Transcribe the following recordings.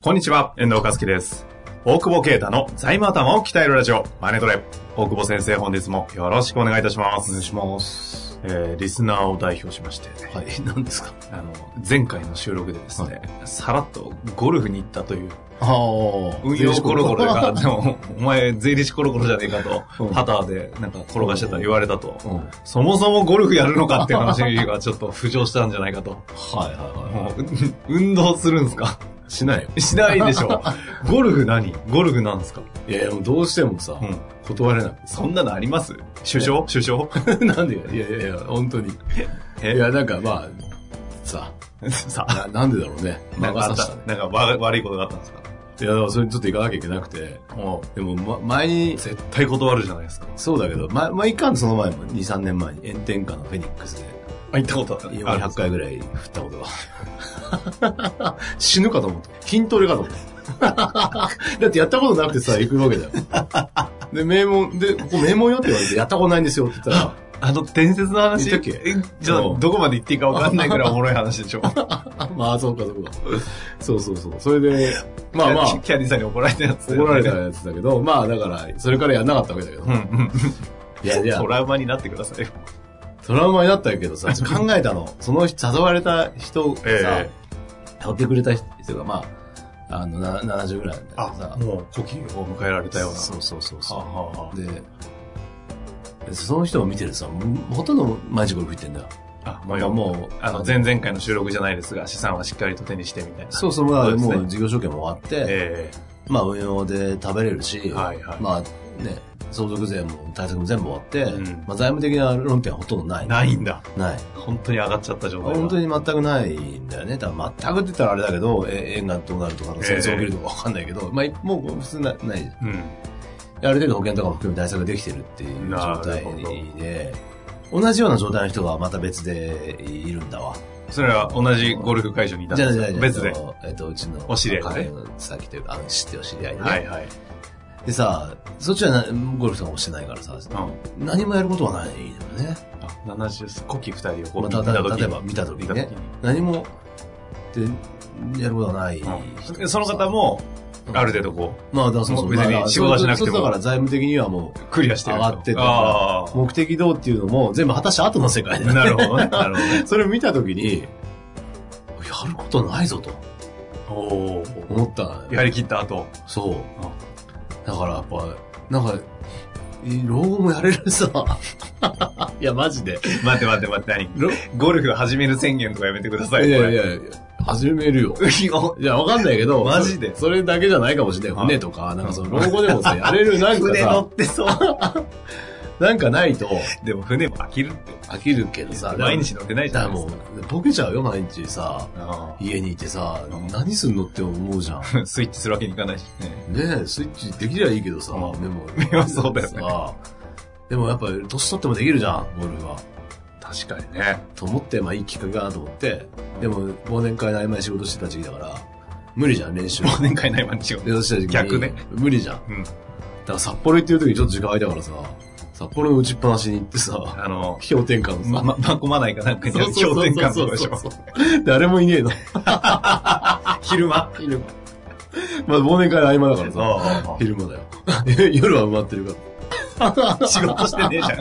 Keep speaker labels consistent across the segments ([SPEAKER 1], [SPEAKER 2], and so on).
[SPEAKER 1] こんにちは、遠藤和樹です。大久保啓太の財務頭を鍛えるラジオ、マネトレ。大久保先生、本日もよろしくお願いいたしま
[SPEAKER 2] お願い
[SPEAKER 1] す。
[SPEAKER 2] します。
[SPEAKER 1] えー、リスナーを代表しまして、
[SPEAKER 2] はい、何ですか
[SPEAKER 1] あの、前回の収録でですね、さらっとゴルフに行ったという、
[SPEAKER 2] ああ
[SPEAKER 1] 運用コロコロが、
[SPEAKER 2] が
[SPEAKER 1] でも、お前税理士コロコロじゃねえかと、
[SPEAKER 2] うん
[SPEAKER 1] パターでなんか転がしてたら言われたと、
[SPEAKER 2] うん。はい
[SPEAKER 1] そもそもゴルフやるのかっていう話がちょっと浮上したんじゃないかと。
[SPEAKER 2] はいは
[SPEAKER 1] もう 運動するんですか
[SPEAKER 2] い。しないよ。
[SPEAKER 1] しないでしょ。ゴルフ何ゴルフなんですか
[SPEAKER 2] いやいや、もうどうしてもさ、
[SPEAKER 1] うん
[SPEAKER 2] 断れない。
[SPEAKER 1] そんなのあります首相首相
[SPEAKER 2] なんでいやいやいや、本当に。
[SPEAKER 1] え
[SPEAKER 2] いや、なんかまあ、さ、
[SPEAKER 1] さあ、
[SPEAKER 2] ななんでだろうね。
[SPEAKER 1] なんかあ
[SPEAKER 2] 魔
[SPEAKER 1] っ、
[SPEAKER 2] が差したね
[SPEAKER 1] なんかわ悪いことがあったんですか
[SPEAKER 2] いや、だからそれにちょっと行かなきゃいけなくて。
[SPEAKER 1] もう、
[SPEAKER 2] でも、ま、前に、
[SPEAKER 1] 絶対断るじゃないですか。
[SPEAKER 2] そうだけど、ま、まあ、いかんその前も、2、3年前に炎天下のフェニックスで、
[SPEAKER 1] あ、行ったことある。
[SPEAKER 2] 400回ぐらい振ったことが。死ぬかと思った。筋トレかと思 った。だってやったことなくてさ、行くわけだよ。で、名門、で、ここ名門よって言われて、やったことないんですよって言った ら、
[SPEAKER 1] あの、伝説の話。
[SPEAKER 2] 言ったっけ
[SPEAKER 1] えじゃあ
[SPEAKER 2] う、ん
[SPEAKER 1] どこまで行っていいかわかんないぐらいおもろい話 でしょ。
[SPEAKER 2] あまあ、そうかそうか。そうそうそう。それで、まあま
[SPEAKER 1] キャ
[SPEAKER 2] あ、
[SPEAKER 1] キャディーさんに怒られたやつ。
[SPEAKER 2] 怒られた。やつだけど、まあだから、それからやんなかったわけだけど
[SPEAKER 1] うん。うん。
[SPEAKER 2] いやいや
[SPEAKER 1] ト、ラウマになってくださいよ。
[SPEAKER 2] トラウマになったけど さ、ちょっと考えたの。その人、誘われた人がさ、
[SPEAKER 1] え
[SPEAKER 2] 誘ってくれた人が、まあ、あの、な70ぐらいなんだけどさ、
[SPEAKER 1] もう、呼吸を迎えられたような。
[SPEAKER 2] そうそうそうそう。
[SPEAKER 1] はあはあは
[SPEAKER 2] で、でその人を見てるとさ、もうほとんど毎日ゴルフ行ってんだよ。
[SPEAKER 1] あ、
[SPEAKER 2] ま
[SPEAKER 1] も
[SPEAKER 2] あ
[SPEAKER 1] う、もう、
[SPEAKER 2] もう、
[SPEAKER 1] あの、前々回の収録じゃないですが、資産はしっかりと手にしてみたいな。
[SPEAKER 2] そうそう、まあ
[SPEAKER 1] そうですね
[SPEAKER 2] もう事業承継も終わって、
[SPEAKER 1] え
[SPEAKER 2] まあ運用で食べれるし、
[SPEAKER 1] えはいはい。
[SPEAKER 2] まあね、相続税も対策も全部終わって、
[SPEAKER 1] うん
[SPEAKER 2] まあ財務的な論点はほとんどない。
[SPEAKER 1] ないんだ。
[SPEAKER 2] ない。
[SPEAKER 1] 本当に上がっちゃった状態だ。
[SPEAKER 2] 本当に全くないんだよね。多分全くって言ったらあれだけど、え円がどうなるとか、戦争起きるとかわかんないけど、まあもう普通なない。
[SPEAKER 1] うん。
[SPEAKER 2] ある程度保険とかも含め対策ができてるっていう状態
[SPEAKER 1] なる
[SPEAKER 2] で、同じような状態の人がまた別でいるんだわ。
[SPEAKER 1] それは同じゴルフ会場にいたん
[SPEAKER 2] じゃ
[SPEAKER 1] で
[SPEAKER 2] あ
[SPEAKER 1] す
[SPEAKER 2] じゃ
[SPEAKER 1] か
[SPEAKER 2] あじゃあ
[SPEAKER 1] 別で。
[SPEAKER 2] あのえっと、うちの。
[SPEAKER 1] お知り合いがね
[SPEAKER 2] の先というか、あの、知ってるお知り合いでね。
[SPEAKER 1] はいはい。
[SPEAKER 2] でさ、そっちはなゴルフとかもしてないからさ、
[SPEAKER 1] う
[SPEAKER 2] 何もやることはないんだよね。
[SPEAKER 1] ん。70、コキ二人をこう
[SPEAKER 2] ま
[SPEAKER 1] 見
[SPEAKER 2] た
[SPEAKER 1] た時に
[SPEAKER 2] 例えば見た時にね
[SPEAKER 1] 見
[SPEAKER 2] 何も、で、やることはない
[SPEAKER 1] た時
[SPEAKER 2] 人
[SPEAKER 1] にうんその方、も、ある程度こ
[SPEAKER 2] まあ、だからそうそう。
[SPEAKER 1] 別に
[SPEAKER 2] まあ
[SPEAKER 1] 仕事はしなくても
[SPEAKER 2] そうそうだから財務的にはも
[SPEAKER 1] う、クリアしてる。
[SPEAKER 2] 上がってた
[SPEAKER 1] あ
[SPEAKER 2] う、目的どうっていうのも全部果たした後の世界
[SPEAKER 1] あ。
[SPEAKER 2] だよね
[SPEAKER 1] なるほどね。なる
[SPEAKER 2] それを見たときに、やることないぞと
[SPEAKER 1] ほど。おー
[SPEAKER 2] 思ったのよ
[SPEAKER 1] やりきった後。
[SPEAKER 2] そう。だからやっぱ、なんか、い老後もやれるさ。 いや、マジで。
[SPEAKER 1] 待って待って待って、何
[SPEAKER 2] ろ
[SPEAKER 1] ゴルフ始める宣言とかやめてください。
[SPEAKER 2] いや
[SPEAKER 1] こ
[SPEAKER 2] い
[SPEAKER 1] れ。
[SPEAKER 2] やいや、始めるよ。いや、わかんないけど、
[SPEAKER 1] マジで
[SPEAKER 2] そそれだけじゃないかもしれない。
[SPEAKER 1] はい
[SPEAKER 2] 船とか、なんかその、老後でもさ、やれるなんか
[SPEAKER 1] 船乗
[SPEAKER 2] さ
[SPEAKER 1] っ、てそう。
[SPEAKER 2] なんかないと
[SPEAKER 1] でも船も飽きるって。
[SPEAKER 2] 飽きるけどさ、
[SPEAKER 1] 毎日乗ってないじゃ
[SPEAKER 2] だから
[SPEAKER 1] ない
[SPEAKER 2] も
[SPEAKER 1] ですか。
[SPEAKER 2] う、ボケちゃうよ、毎日さ、
[SPEAKER 1] あ
[SPEAKER 2] 家にいてさ
[SPEAKER 1] うん、
[SPEAKER 2] 何すんのって思うじゃん。
[SPEAKER 1] あ スイッチするわけにいかないしね。
[SPEAKER 2] ねえ、スイッチできりゃいいけどさ、
[SPEAKER 1] うん
[SPEAKER 2] メモ。
[SPEAKER 1] メモそうだよね
[SPEAKER 2] さでもやっぱ、年取ってもできるじゃん、ゴルフは。
[SPEAKER 1] 確かにね。
[SPEAKER 2] と思って、まあいいきっかけかなと思って、でも、忘年会の合間に仕事してた時期だから、無理じゃん、練習。
[SPEAKER 1] 忘年会ないまんち
[SPEAKER 2] 練習してた時期に。
[SPEAKER 1] 逆ね。
[SPEAKER 2] 無理じゃん。だ
[SPEAKER 1] うん。
[SPEAKER 2] から札幌行ってる時にちょっと時間空いたからさ、札幌の打ちっぱなしに行ってさ、
[SPEAKER 1] あの、
[SPEAKER 2] 氷点下のさ、
[SPEAKER 1] ま、ま、まこまないかなんかにある
[SPEAKER 2] そうそうそう
[SPEAKER 1] 氷点下のとこでしょ。
[SPEAKER 2] 誰もいねえの。
[SPEAKER 1] 昼間。
[SPEAKER 2] 昼間。まあ忘年会の合間だからさ、昼間だよ。 夜は埋まってるから。
[SPEAKER 1] 仕事してねえじゃん。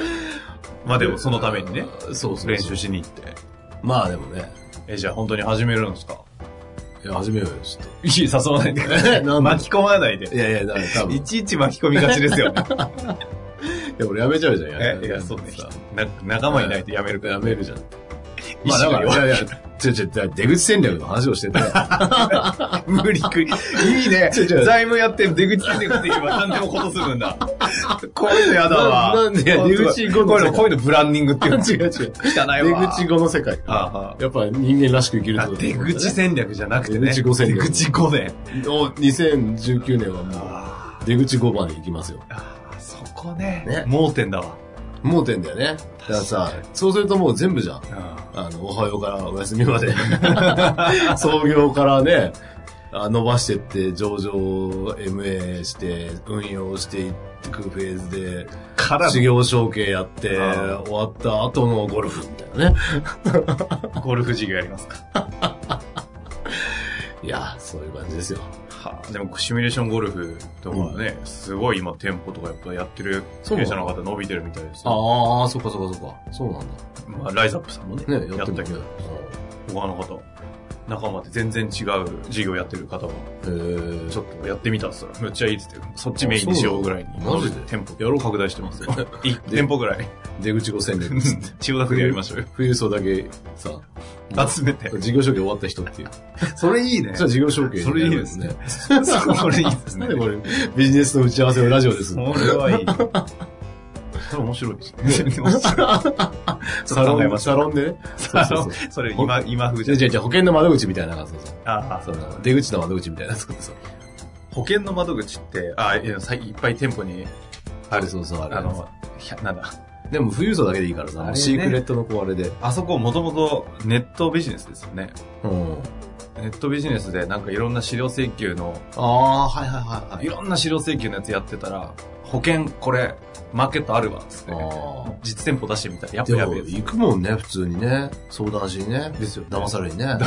[SPEAKER 1] まあでもそのためにね、
[SPEAKER 2] そうそうそう
[SPEAKER 1] 練習しに行って。
[SPEAKER 2] まあでもね、
[SPEAKER 1] え、じゃあ本当に始めるんですか
[SPEAKER 2] いや、始めようよ、ちょっ
[SPEAKER 1] いい、誘わ ないでください。
[SPEAKER 2] えなんで
[SPEAKER 1] 巻き込まない
[SPEAKER 2] と。
[SPEAKER 1] で。
[SPEAKER 2] いやいや、だから多分。
[SPEAKER 1] い
[SPEAKER 2] い
[SPEAKER 1] ちいち巻き込みがちですよ ね。
[SPEAKER 2] や、俺やめちゃうじゃん、
[SPEAKER 1] えいや、そうね
[SPEAKER 2] さ。
[SPEAKER 1] な仲間いないとやめるから。
[SPEAKER 2] やめるじゃん。
[SPEAKER 1] まあだか
[SPEAKER 2] いやいや、ちょちょ、だ出口戦略の話をしてて。
[SPEAKER 1] 無理くり。いい ね。
[SPEAKER 2] 違う違う
[SPEAKER 1] 財務やって出口戦略って言えば何でもことするんだ。 こういうのやだわ。
[SPEAKER 2] ななんでや出口
[SPEAKER 1] こう
[SPEAKER 2] こう
[SPEAKER 1] い
[SPEAKER 2] いう
[SPEAKER 1] の、
[SPEAKER 2] うの
[SPEAKER 1] こういうのブランディングって いうの。
[SPEAKER 2] 違う違う。出
[SPEAKER 1] 汚いわ。
[SPEAKER 2] 口後の世界。
[SPEAKER 1] あああ
[SPEAKER 2] やっぱ人間らしく生きるって
[SPEAKER 1] あ
[SPEAKER 2] こと
[SPEAKER 1] 出口戦略じゃなくてね。
[SPEAKER 2] 出口五戦略
[SPEAKER 1] 出口五で。
[SPEAKER 2] を2019年はも
[SPEAKER 1] あ
[SPEAKER 2] う出口5まで行きますよ。
[SPEAKER 1] あ、そこね。
[SPEAKER 2] ね
[SPEAKER 1] 盲点だわ。
[SPEAKER 2] 盲点だよね。だからさ
[SPEAKER 1] 確か、
[SPEAKER 2] そうするともう全部じゃん。あの、おはようからお休みまで。創業からね、あ伸ばしてって、上場、MA して、運用していくフェーズで、
[SPEAKER 1] から
[SPEAKER 2] 修行承継やって、
[SPEAKER 1] あ
[SPEAKER 2] 終わった後のゴルフみたいなね。
[SPEAKER 1] ゴルフ事業やりますか。
[SPEAKER 2] いや、そういう感じですよ。
[SPEAKER 1] はあでも、シミュレーションゴルフとかね、すごい今店舗とかやっぱやってる経営者の方伸びてるみたいですよ。
[SPEAKER 2] ああ、そっかそっかそっか。そうなん
[SPEAKER 1] まあ、ライズアップさんもね、
[SPEAKER 2] だ。ね、
[SPEAKER 1] や
[SPEAKER 2] や
[SPEAKER 1] っ
[SPEAKER 2] ったて
[SPEAKER 1] け
[SPEAKER 2] たけ
[SPEAKER 1] ど
[SPEAKER 2] ど。。
[SPEAKER 1] 他の方、仲間で全然違う事業やってる方は、
[SPEAKER 2] へー
[SPEAKER 1] ちょっとやってみたっすら、めっちゃいいっつって、そっちメインにしようぐらいに。
[SPEAKER 2] あそうマジで
[SPEAKER 1] 店舗、やろう拡大してますよ。 一店舗ぐらい。
[SPEAKER 2] 出口5戦略っつって。
[SPEAKER 1] 千代田区でやりましょうよ。
[SPEAKER 2] 富裕層だけさ、
[SPEAKER 1] 集めて。
[SPEAKER 2] 事業承継終わった人っていう。
[SPEAKER 1] それいいね
[SPEAKER 2] それは事業承継にな
[SPEAKER 1] それい
[SPEAKER 2] る
[SPEAKER 1] い
[SPEAKER 2] ん
[SPEAKER 1] ですね。。それいいですね
[SPEAKER 2] なん。でこれ、ビジネスの打ち合わせをラジオ です
[SPEAKER 1] そ
[SPEAKER 2] る
[SPEAKER 1] れ
[SPEAKER 2] の。
[SPEAKER 1] はいい。 それ面白いですね。
[SPEAKER 2] サロ
[SPEAKER 1] 考えま
[SPEAKER 2] ン、
[SPEAKER 1] し
[SPEAKER 2] サロンでね。そうそうそう
[SPEAKER 1] それ今、今風
[SPEAKER 2] じ
[SPEAKER 1] じゃ
[SPEAKER 2] ゃあじゃあじゃあ保険の窓口みたいな感じそうそう
[SPEAKER 1] ああ
[SPEAKER 2] その出口の窓口みたいなそうそう
[SPEAKER 1] 保険の窓口って、ああ、いやさいっぱい店舗に、
[SPEAKER 2] あるそうそうある
[SPEAKER 1] あの、ひゃなんだ、
[SPEAKER 2] でも富裕層だけでいいからさ、
[SPEAKER 1] あれ
[SPEAKER 2] も
[SPEAKER 1] ね
[SPEAKER 2] うシークレットのこうあれで。
[SPEAKER 1] あそこもともとネットビジネスですよね。
[SPEAKER 2] うん。
[SPEAKER 1] ネットビジネスでなんかいろんな資料請求の、
[SPEAKER 2] ああ、はいはいはい
[SPEAKER 1] ろんな資料請求のやつやってたら、保険これ、マーケットあるわ、つって
[SPEAKER 2] あ。ー
[SPEAKER 1] 実店舗出してみたら、やっぱ
[SPEAKER 2] で
[SPEAKER 1] や
[SPEAKER 2] も、
[SPEAKER 1] べえ
[SPEAKER 2] 行くもんね、普通にね。相談しにね。
[SPEAKER 1] ですよ
[SPEAKER 2] 騙されにね。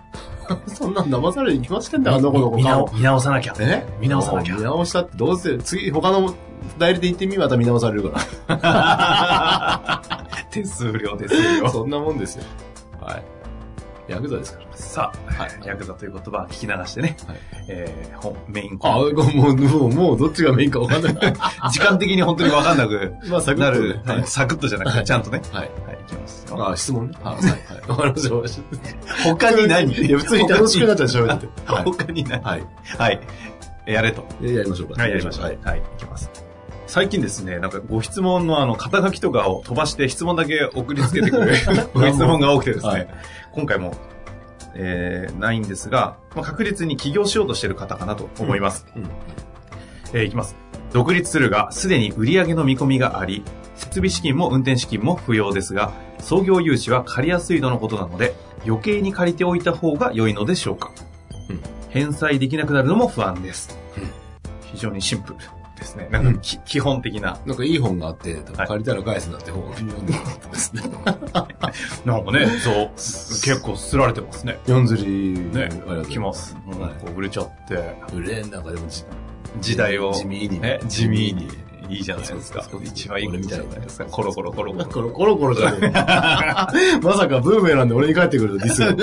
[SPEAKER 2] そんなん騙されに来ましてんだよ、あの子の子
[SPEAKER 1] 見直見直さなきゃ。
[SPEAKER 2] え
[SPEAKER 1] 見直さなきゃ
[SPEAKER 2] もう見直したって、どうせ、次、他の代理で行ってみ、また見直されるか
[SPEAKER 1] 手数料、手数
[SPEAKER 2] ら。
[SPEAKER 1] 料。
[SPEAKER 2] そんなもんですよ。はい。ヤクザですから。
[SPEAKER 1] さあ、
[SPEAKER 2] はい。
[SPEAKER 1] ヤクザという言葉を聞き流してね、
[SPEAKER 2] はい
[SPEAKER 1] えー本、メインコ
[SPEAKER 2] あ、
[SPEAKER 1] ー
[SPEAKER 2] もう、もう、もう、どっちがメインかわか んない。
[SPEAKER 1] ナー時間的に本当にわかんなく
[SPEAKER 2] まあ、サク
[SPEAKER 1] な
[SPEAKER 2] ッと
[SPEAKER 1] る
[SPEAKER 2] ね。、はい
[SPEAKER 1] サクッとじゃなくて、ちゃんとね。
[SPEAKER 2] はい。
[SPEAKER 1] はい、いきますよ。
[SPEAKER 2] あ、質問ね。はい。はい。わかりましたわかりまし
[SPEAKER 1] 他
[SPEAKER 2] た。
[SPEAKER 1] に何
[SPEAKER 2] いや、普通に楽しくなっちゃう、喋ってて。は
[SPEAKER 1] 他に何
[SPEAKER 2] い。はい。
[SPEAKER 1] はい。やれと。
[SPEAKER 2] でやりましょうか。
[SPEAKER 1] はい、やりましょう。
[SPEAKER 2] は
[SPEAKER 1] はいい、。いきます。最近ですね、なんかご質問のあの、肩書きとかを飛ばして質問だけ送りつけて くるご質問が多くてですね、
[SPEAKER 2] はい
[SPEAKER 1] 今回も、えー、ないんですが、まあ、確実に起業しようとしている方かなと思います。
[SPEAKER 2] うんうん
[SPEAKER 1] えーいきます。独立するが、すでに売上の見込みがあり、設備資金も運転資金も不要ですが、創業融資は借りやすいとのことなので、余計に借りておいた方が良いのでしょうか。
[SPEAKER 2] うん
[SPEAKER 1] 返済できなくなるのも不安です。
[SPEAKER 2] うん
[SPEAKER 1] 非常にシンプルですね。なんかき、基本的な。
[SPEAKER 2] なんかいい本があって、
[SPEAKER 1] はい
[SPEAKER 2] 借りたら返すなって本を読んでなかった ですね。
[SPEAKER 1] なんかね、そう、結構すられてますね。
[SPEAKER 2] 四釣り、
[SPEAKER 1] ね
[SPEAKER 2] ありがとうござい、
[SPEAKER 1] 来ます。もう
[SPEAKER 2] はい
[SPEAKER 1] こう売れちゃって、
[SPEAKER 2] 売れん中でもじ
[SPEAKER 1] 時代を。
[SPEAKER 2] 地味に
[SPEAKER 1] ね、地味に。いいじゃないですか
[SPEAKER 2] そうそう。そう
[SPEAKER 1] 一番いいことじゃないですか。コロコロコロコロ。
[SPEAKER 2] コロコロコロじゃ ねえまさかブーメランで俺に帰ってくるとディス る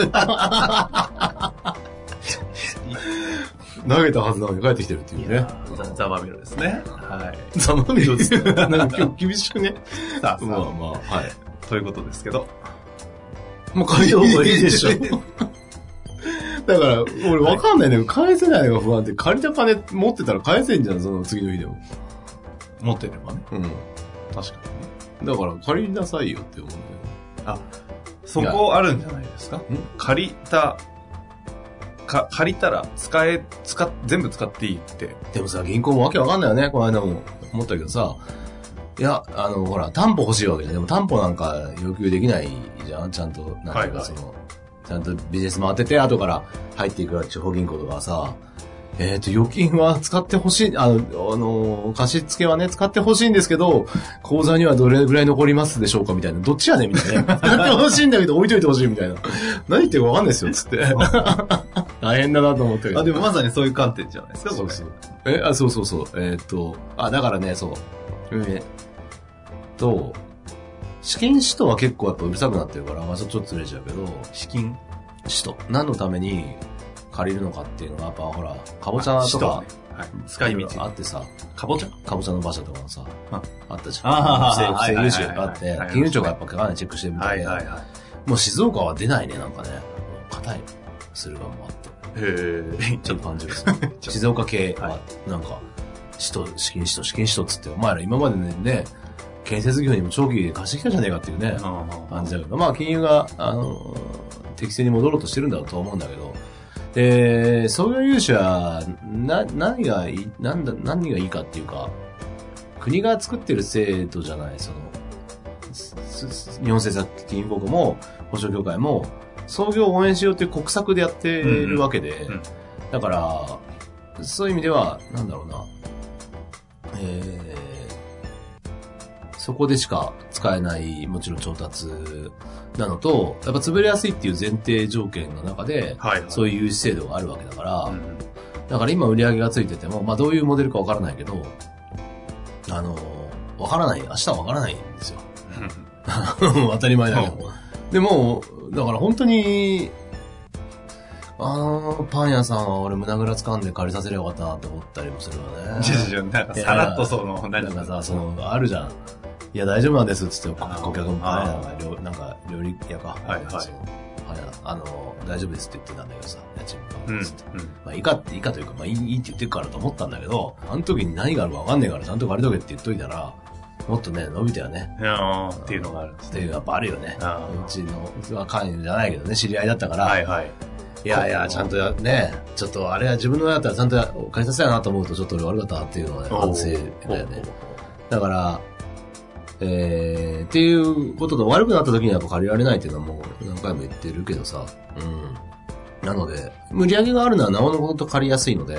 [SPEAKER 2] 投げたはずなのに帰ってきてるっていう
[SPEAKER 1] い
[SPEAKER 2] ね
[SPEAKER 1] や。ーザザバミロですね。はい。
[SPEAKER 2] ざまみろです ね。なんか今日厳しくね。
[SPEAKER 1] さあ、
[SPEAKER 2] まあまあ、はい。
[SPEAKER 1] ということですけど。
[SPEAKER 2] もう借りた方がいいでしょ。 だから、俺わかんないんだけど、返せないのが不安って、借りた金持ってたら返せんじゃん、その次の日でも。
[SPEAKER 1] 持ってればね。
[SPEAKER 2] うん。
[SPEAKER 1] 確かにね。
[SPEAKER 2] だから、借りなさいよって思うんだよ。
[SPEAKER 1] そこあるんじゃないですか借りた、か、借りたら使え、使っ、全部使っていいって。
[SPEAKER 2] でもさ、銀行もわけわかんないよね、この間も思ったけどさ。いや、あの、ほら、担保欲しいわけじゃん。でも担保なんか要求できないじゃんちゃんと、なんていう
[SPEAKER 1] はいは
[SPEAKER 2] か
[SPEAKER 1] い
[SPEAKER 2] その、ちゃんとビジネス回ってて、後から入っていく地方銀行とかはさ、えっ、と、預金は使ってほしい、あの、あの、貸し付けはね、使ってほしいんですけど、口座にはどれぐらい残りますでしょうかみたいな。どっちやねんみたいな。 使ってほしいんだけど置いといてほしいみたいな。何言ってるかわかんないですよ、つって。 大変だなと思ったけど。
[SPEAKER 1] あ、でもまさにそういう観点じゃないですか、
[SPEAKER 2] そう
[SPEAKER 1] これ
[SPEAKER 2] そう。え、あ、そうそうそう。えーっと、あ、だからね、そう。えーと、資金使途は結構やっぱうるさくなってるから、まあちょっとずれちゃうけど、
[SPEAKER 1] 資金。
[SPEAKER 2] 使途。何のために借りるのかっていうのが、やっぱほら、かぼちゃと
[SPEAKER 1] 使
[SPEAKER 2] か、
[SPEAKER 1] 途はい。使い
[SPEAKER 2] あ
[SPEAKER 1] 道。
[SPEAKER 2] ってさ、
[SPEAKER 1] かぼちゃ
[SPEAKER 2] かぼちゃの馬車とかのさ
[SPEAKER 1] うん、
[SPEAKER 2] あったじ
[SPEAKER 1] あははは
[SPEAKER 2] ゃん。不正不正融資があっ
[SPEAKER 1] はいはい
[SPEAKER 2] て
[SPEAKER 1] はい、
[SPEAKER 2] 金融庁がやっぱかなりチェックしてるみたいで、
[SPEAKER 1] はい。
[SPEAKER 2] もう静岡は出ないね、なんかね。硬い。駿河もあって。
[SPEAKER 1] へえ、
[SPEAKER 2] ちょっと感じる。静岡系は、なんか、市と、資金市と、資金市とっつって、お前ら今までね、建設業にも長期で貸してきたじゃねえかっていうね、感じだけど、まあ金融が、あの、適正に戻ろうとしてるんだろうと思うんだけど、で、創業融資は、な、何がいい、なんだ、何がいいかっていうか、国が作ってる制度じゃない、その、すす日本政策金融公庫も、保証協会も、創業を応援しようっていう国策でやってるわけで、
[SPEAKER 1] んうん
[SPEAKER 2] だから、そういう意味では、なんだろうな、えーそこでしか使えない、もちろん調達なのと、やっぱ潰れやすいっていう前提条件の中で、
[SPEAKER 1] はい。
[SPEAKER 2] そう
[SPEAKER 1] いう
[SPEAKER 2] いう制度があるわけだから、
[SPEAKER 1] うん。
[SPEAKER 2] だから今売り上げがついてても、まあどういうモデルかわからないけど、あの、わからない、明日はわからないんですよ。 当たり前だけど。でも、だから本当に、あの、パン屋さんは俺胸ぐら掴んで借りさせればよかったなって思ったりもするよ ね。
[SPEAKER 1] じゃじゃなんかさらっとその、
[SPEAKER 2] な
[SPEAKER 1] 何
[SPEAKER 2] んかさ、その、あるじゃん。いや、大丈夫なんですっつって、顧
[SPEAKER 1] あー
[SPEAKER 2] 客も、あれなんか料、なんか、料理屋か。
[SPEAKER 1] はいはい
[SPEAKER 2] そのあれだあの、大丈夫ですって言ってたんだけどさ、家賃
[SPEAKER 1] うん。う
[SPEAKER 2] が。
[SPEAKER 1] ん
[SPEAKER 2] つって。まあ、いいかって、いいかというか、まあ、いい、いいって言ってるからと思ったんだけど、あの時に何があるかわかんねえから、ちゃんと借りとけって言っといたら、もっとね、伸びたよね。
[SPEAKER 1] あーっていうのがあるんで
[SPEAKER 2] っ
[SPEAKER 1] す
[SPEAKER 2] ていう
[SPEAKER 1] ね。
[SPEAKER 2] のはやっぱあるよね。
[SPEAKER 1] あ
[SPEAKER 2] うちの、は関与じゃないけどね、知り合いだったから、、
[SPEAKER 1] はいいはい。
[SPEAKER 2] やいや、ちゃんとや、ね、ちょっとあれは自分の親だったらちゃんとや返させやなと思うと、ちょっと俺悪かったなっていうのはね、反省だよね。だから、えー、っていうことと悪くなった時にはやっぱ借りられないっていうのはもう何回も言ってるけどさ、うん。なので、売り上げがあるのはなおのこと借りやすいので、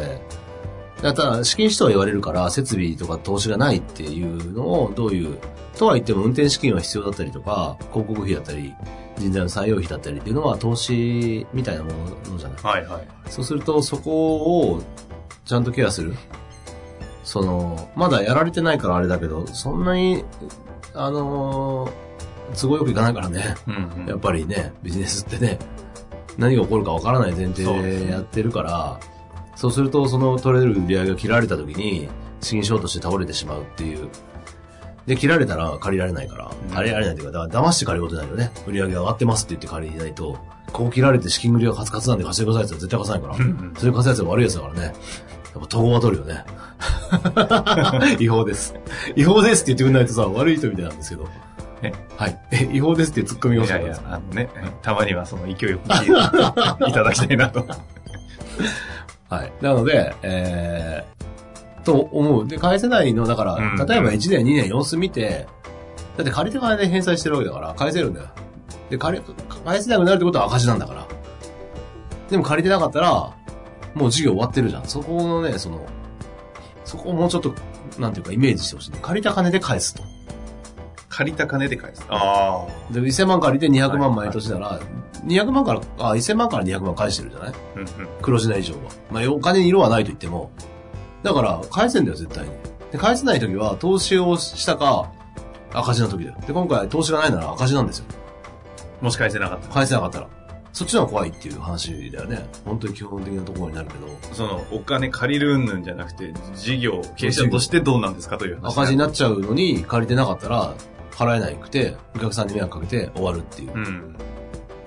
[SPEAKER 2] だからただ、資金使途は言われるから、設備とか投資がないっていうのをどういう、とは言っても運転資金は必要だったりとか、広告費だったり、人材の採用費だったりっていうのは投資みたいなものじゃない。
[SPEAKER 1] はいはい。
[SPEAKER 2] そうすると、そこをちゃんとケアする。その、まだやられてないからあれだけど、そんなに、あのー都合よくいかないからね。
[SPEAKER 1] うんうん
[SPEAKER 2] やっぱりね、ビジネスってね、何が起こるかわからない前提
[SPEAKER 1] そうです
[SPEAKER 2] で
[SPEAKER 1] ね
[SPEAKER 2] やってるから、そうすると、その取れる売り上げが切られた時に、資金ショートして倒れてしまうっていう。で、切られたら借りられないから、
[SPEAKER 1] うん
[SPEAKER 2] 借りられないというか、だから騙して借りることにないよね。売り上げが上がってますって言って借りないと、こう切られて資金繰りがカツカツなんで貸してくださいって言ったら絶対貸さないから。
[SPEAKER 1] うん
[SPEAKER 2] そういう稼いやつは悪いやつだからね。やっぱ統合は取るよね。 違法です。違法ですって言ってくれないとさ、悪い人みたいなんですけど。
[SPEAKER 1] え
[SPEAKER 2] はい。え、違法ですっていうツッコミ
[SPEAKER 1] うん
[SPEAKER 2] を
[SPEAKER 1] い
[SPEAKER 2] し
[SPEAKER 1] や
[SPEAKER 2] て
[SPEAKER 1] い
[SPEAKER 2] くだ
[SPEAKER 1] や
[SPEAKER 2] さ、
[SPEAKER 1] あのね、たまにはその勢いよく聞いていただきたいなと。
[SPEAKER 2] い。はい。なので、えー、と思う。で、返せないの、だから、
[SPEAKER 1] うん
[SPEAKER 2] 例えば1年、2年様子見て、だって借りて金で返済してるわけだから、返せるんだよ。で、借り、返せなくなるってことは赤字なんだから。でも借りてなかったら、もう授業終わってるじゃん。そこのね、その、そこをもうちょっと、なんていうかイメージしてほしい。借りた金で返すと。
[SPEAKER 1] 借りた金で返す。ああ。
[SPEAKER 2] で、1000万借りて
[SPEAKER 1] は
[SPEAKER 2] 200万
[SPEAKER 1] いはい
[SPEAKER 2] 毎年なら、200万から、あ、1000万から200万返してるじゃない
[SPEAKER 1] うんうん。
[SPEAKER 2] 黒字な以上は。まあ、お金に色はないと言っても。だから、返せんだよ、絶対に。で、返せない時は、投資をしたか、赤字な時だよ。で、今回、投資がないなら赤字なんですよ。
[SPEAKER 1] もし返せなかった
[SPEAKER 2] 返せなかったら。そっちの方が怖いっていう話だよね。本当に基本的なところになるけど。
[SPEAKER 1] ら。その、お金借りる云々じゃなくて、事業、経営者としてどうなんですかという話。
[SPEAKER 2] 赤字になっちゃうのに、借りてなかったら、払えないくて、お客さんに迷惑かけて終わるっていう
[SPEAKER 1] う。ん。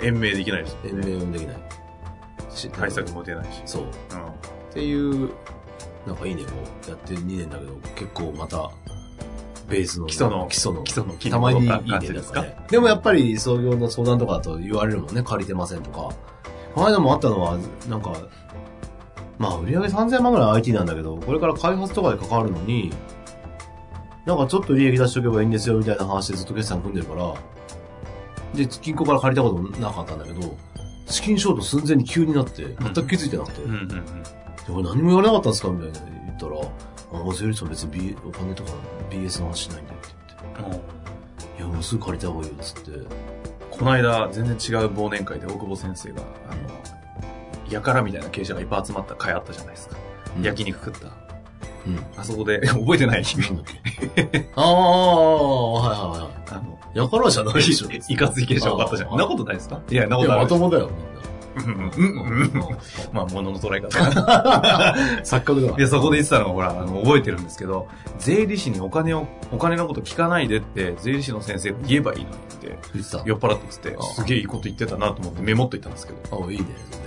[SPEAKER 1] 延命できないです
[SPEAKER 2] 延
[SPEAKER 1] よね。
[SPEAKER 2] 命もできない。し
[SPEAKER 1] 対策も出ないし。
[SPEAKER 2] そう。
[SPEAKER 1] うん。
[SPEAKER 2] っていう、なんかいいね、こう、やって2年だけど、結構また、ベースの、
[SPEAKER 1] 基礎の
[SPEAKER 2] 基礎の、
[SPEAKER 1] 基礎の基
[SPEAKER 2] たまにいいね、
[SPEAKER 1] 感じ
[SPEAKER 2] で
[SPEAKER 1] ですか
[SPEAKER 2] ね。でもやっぱり、創業の相談とかだと言われるもんね、借りてませんとか。この間もあったのは、なんか、まあ、売り上げ3000万ぐらい IT なんだけど、これから開発とかで関わるのに、なんかちょっと利益出しとけばいいんですよ、みたいな話でずっと決算組んでるから、で、銀行から借りたこともなかったんだけど、資金ショート寸前に急になって、全く気づいてなくて。
[SPEAKER 1] うんうんうん。
[SPEAKER 2] で俺何も言われなかったんですかみたいな言ったら、あ、松井さん別に、B、お金とか BS の話しないんだよって言って。いや、もうすぐ借りた方がいいよ、つって。
[SPEAKER 1] この間、全然違う忘年会で大久保先生が、あの、やからみたいな経営者がいっぱい集まった会あったじゃないですか。
[SPEAKER 2] うん
[SPEAKER 1] 焼肉食った。
[SPEAKER 2] うん。
[SPEAKER 1] あそこで、 覚えてない
[SPEAKER 2] なんだっけ。 ああ、はいはいは
[SPEAKER 1] あの、
[SPEAKER 2] い。やからじゃないでしょ。
[SPEAKER 1] いかつい経営者多かったじゃん。
[SPEAKER 2] あー
[SPEAKER 1] なことないですかいや、なこ
[SPEAKER 2] い
[SPEAKER 1] と
[SPEAKER 2] や、
[SPEAKER 1] ない
[SPEAKER 2] ま
[SPEAKER 1] です
[SPEAKER 2] と。もだ
[SPEAKER 1] う
[SPEAKER 2] よ、
[SPEAKER 1] んうんうんうんまあ、物の捉え方。
[SPEAKER 2] 錯覚だわ
[SPEAKER 1] い。や、そ こで言ってたのをほら、あの、覚えてるんですけど、税理士にお金を、お金のこと聞かないでって、税理士の先生に言えばいいのにって、
[SPEAKER 2] 言ってた。
[SPEAKER 1] 酔っ払って言ってて
[SPEAKER 2] あ、
[SPEAKER 1] すげえいいこと言ってたなと思ってメモっといたんですけど。
[SPEAKER 2] あ、いいね。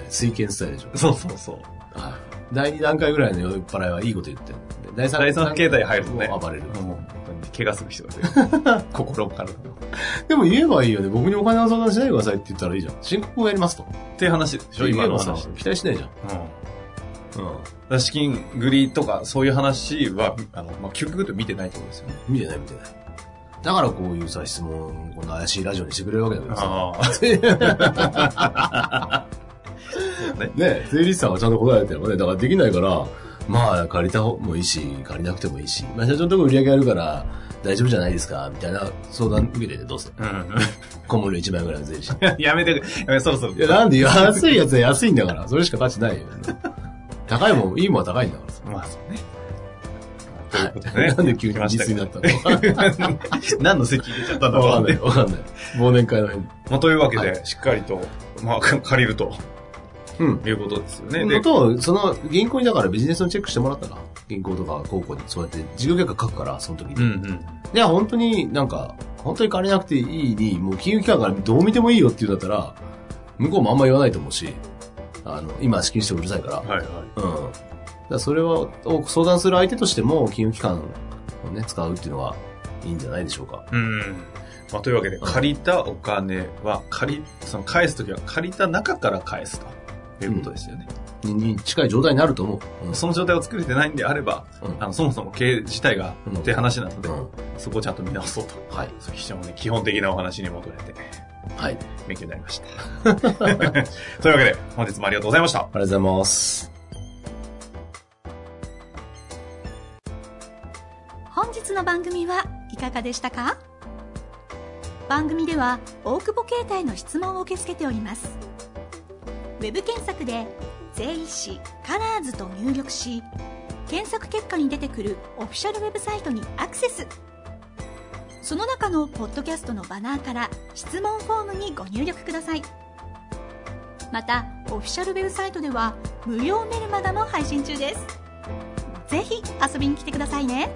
[SPEAKER 2] 水拳スタイルでしょ。
[SPEAKER 1] そうそうそう。
[SPEAKER 2] はい。第2段階ぐらいの酔っ払いはいいこと言ってる。第3
[SPEAKER 1] 第三形態入るとね
[SPEAKER 2] 暴れる。
[SPEAKER 1] もう、本当に怪我する人がいる。心から。っ
[SPEAKER 2] でも言えばいいよね。僕にお金の相談しないでくださいって言ったらいいじゃん。申告をやりますと。
[SPEAKER 1] ていう話でしょ、今の
[SPEAKER 2] 言えば
[SPEAKER 1] 話。
[SPEAKER 2] さ
[SPEAKER 1] うん。
[SPEAKER 2] 期待しないじゃん。
[SPEAKER 1] だから資金繰りとか、そういう話は、あの、まあ、究極言うと見てないってことですよね。
[SPEAKER 2] 見てない見てない。だからこういうさ、質問、この怪しいラジオにしてくれるわけだけどさ。
[SPEAKER 1] ああ。
[SPEAKER 2] ね、税理士さんはちゃんと答えてるもんね。だからできないから、まあ、借りた方もいいし、借りなくてもいいし、まあ、社長のとこ売り上げあるから、大丈夫じゃないですか、みたいな相談受けててどうする
[SPEAKER 1] うん。
[SPEAKER 2] 小物1万円ぐらいの税 理士。い
[SPEAKER 1] やめてくれ。やめそろそろ。
[SPEAKER 2] や、なんで安いやつは安いんだから、それしか価値ないよ。高いもん、いいもんは高いんだからさ。
[SPEAKER 1] まあ、そうね。
[SPEAKER 2] はい なんで急に自炊になったのか
[SPEAKER 1] 何の席入れちゃったんだろう
[SPEAKER 2] わかん
[SPEAKER 1] ね
[SPEAKER 2] ない、わかんない。忘年会の辺に。
[SPEAKER 1] まあ、というわけで、
[SPEAKER 2] は
[SPEAKER 1] しっかりと、まあ、か借りると
[SPEAKER 2] うん。
[SPEAKER 1] いうことですよね。で
[SPEAKER 2] あ、と、その銀行にだからビジネスのチェックしてもらったら、銀行とか高校にそうやって事業計画書くから、その時に。
[SPEAKER 1] うんうん。
[SPEAKER 2] いや、本当になんか、本当に借りなくていいに、もう金融機関からどう見てもいいよって言うんだったら、向こうもあんま言わないと思うし、あの、今資金してうるさいから、
[SPEAKER 1] はいは
[SPEAKER 2] うん。だからそれは、を相談する相手としても、金融機関をね、使うっていうのはいいんじゃないでしょうか。
[SPEAKER 1] い。うん。まあ、というわけで、借りたお金は、借り、その返すときは借りた中から返すということですよね。
[SPEAKER 2] にに近い状態になると思う。うん
[SPEAKER 1] その状態を作れてないんであれば、
[SPEAKER 2] うん
[SPEAKER 1] あの、そもそも経営自体が
[SPEAKER 2] うん
[SPEAKER 1] って話なので、
[SPEAKER 2] うん
[SPEAKER 1] そこをちゃんと見直そうと。
[SPEAKER 2] はい。
[SPEAKER 1] そう非常に基本的なお話に戻れて、
[SPEAKER 2] はい。ありが
[SPEAKER 1] 勉強になりました。 というわけで、本日もありがとうございました。
[SPEAKER 2] とうございます。
[SPEAKER 3] 本日の番組はいかがでしたか番組では大久保携帯の質問を受け付けておりますウェブ検索で「税理士カラーズと入力し検索結果に出てくるオフィシャルウェブサイトにアクセスその中のポッドキャストのバナーから質問フォームにご入力くださいまたオフィシャルウェブサイトでは無料メルマガも配信中ですぜひ遊びに来てくださいね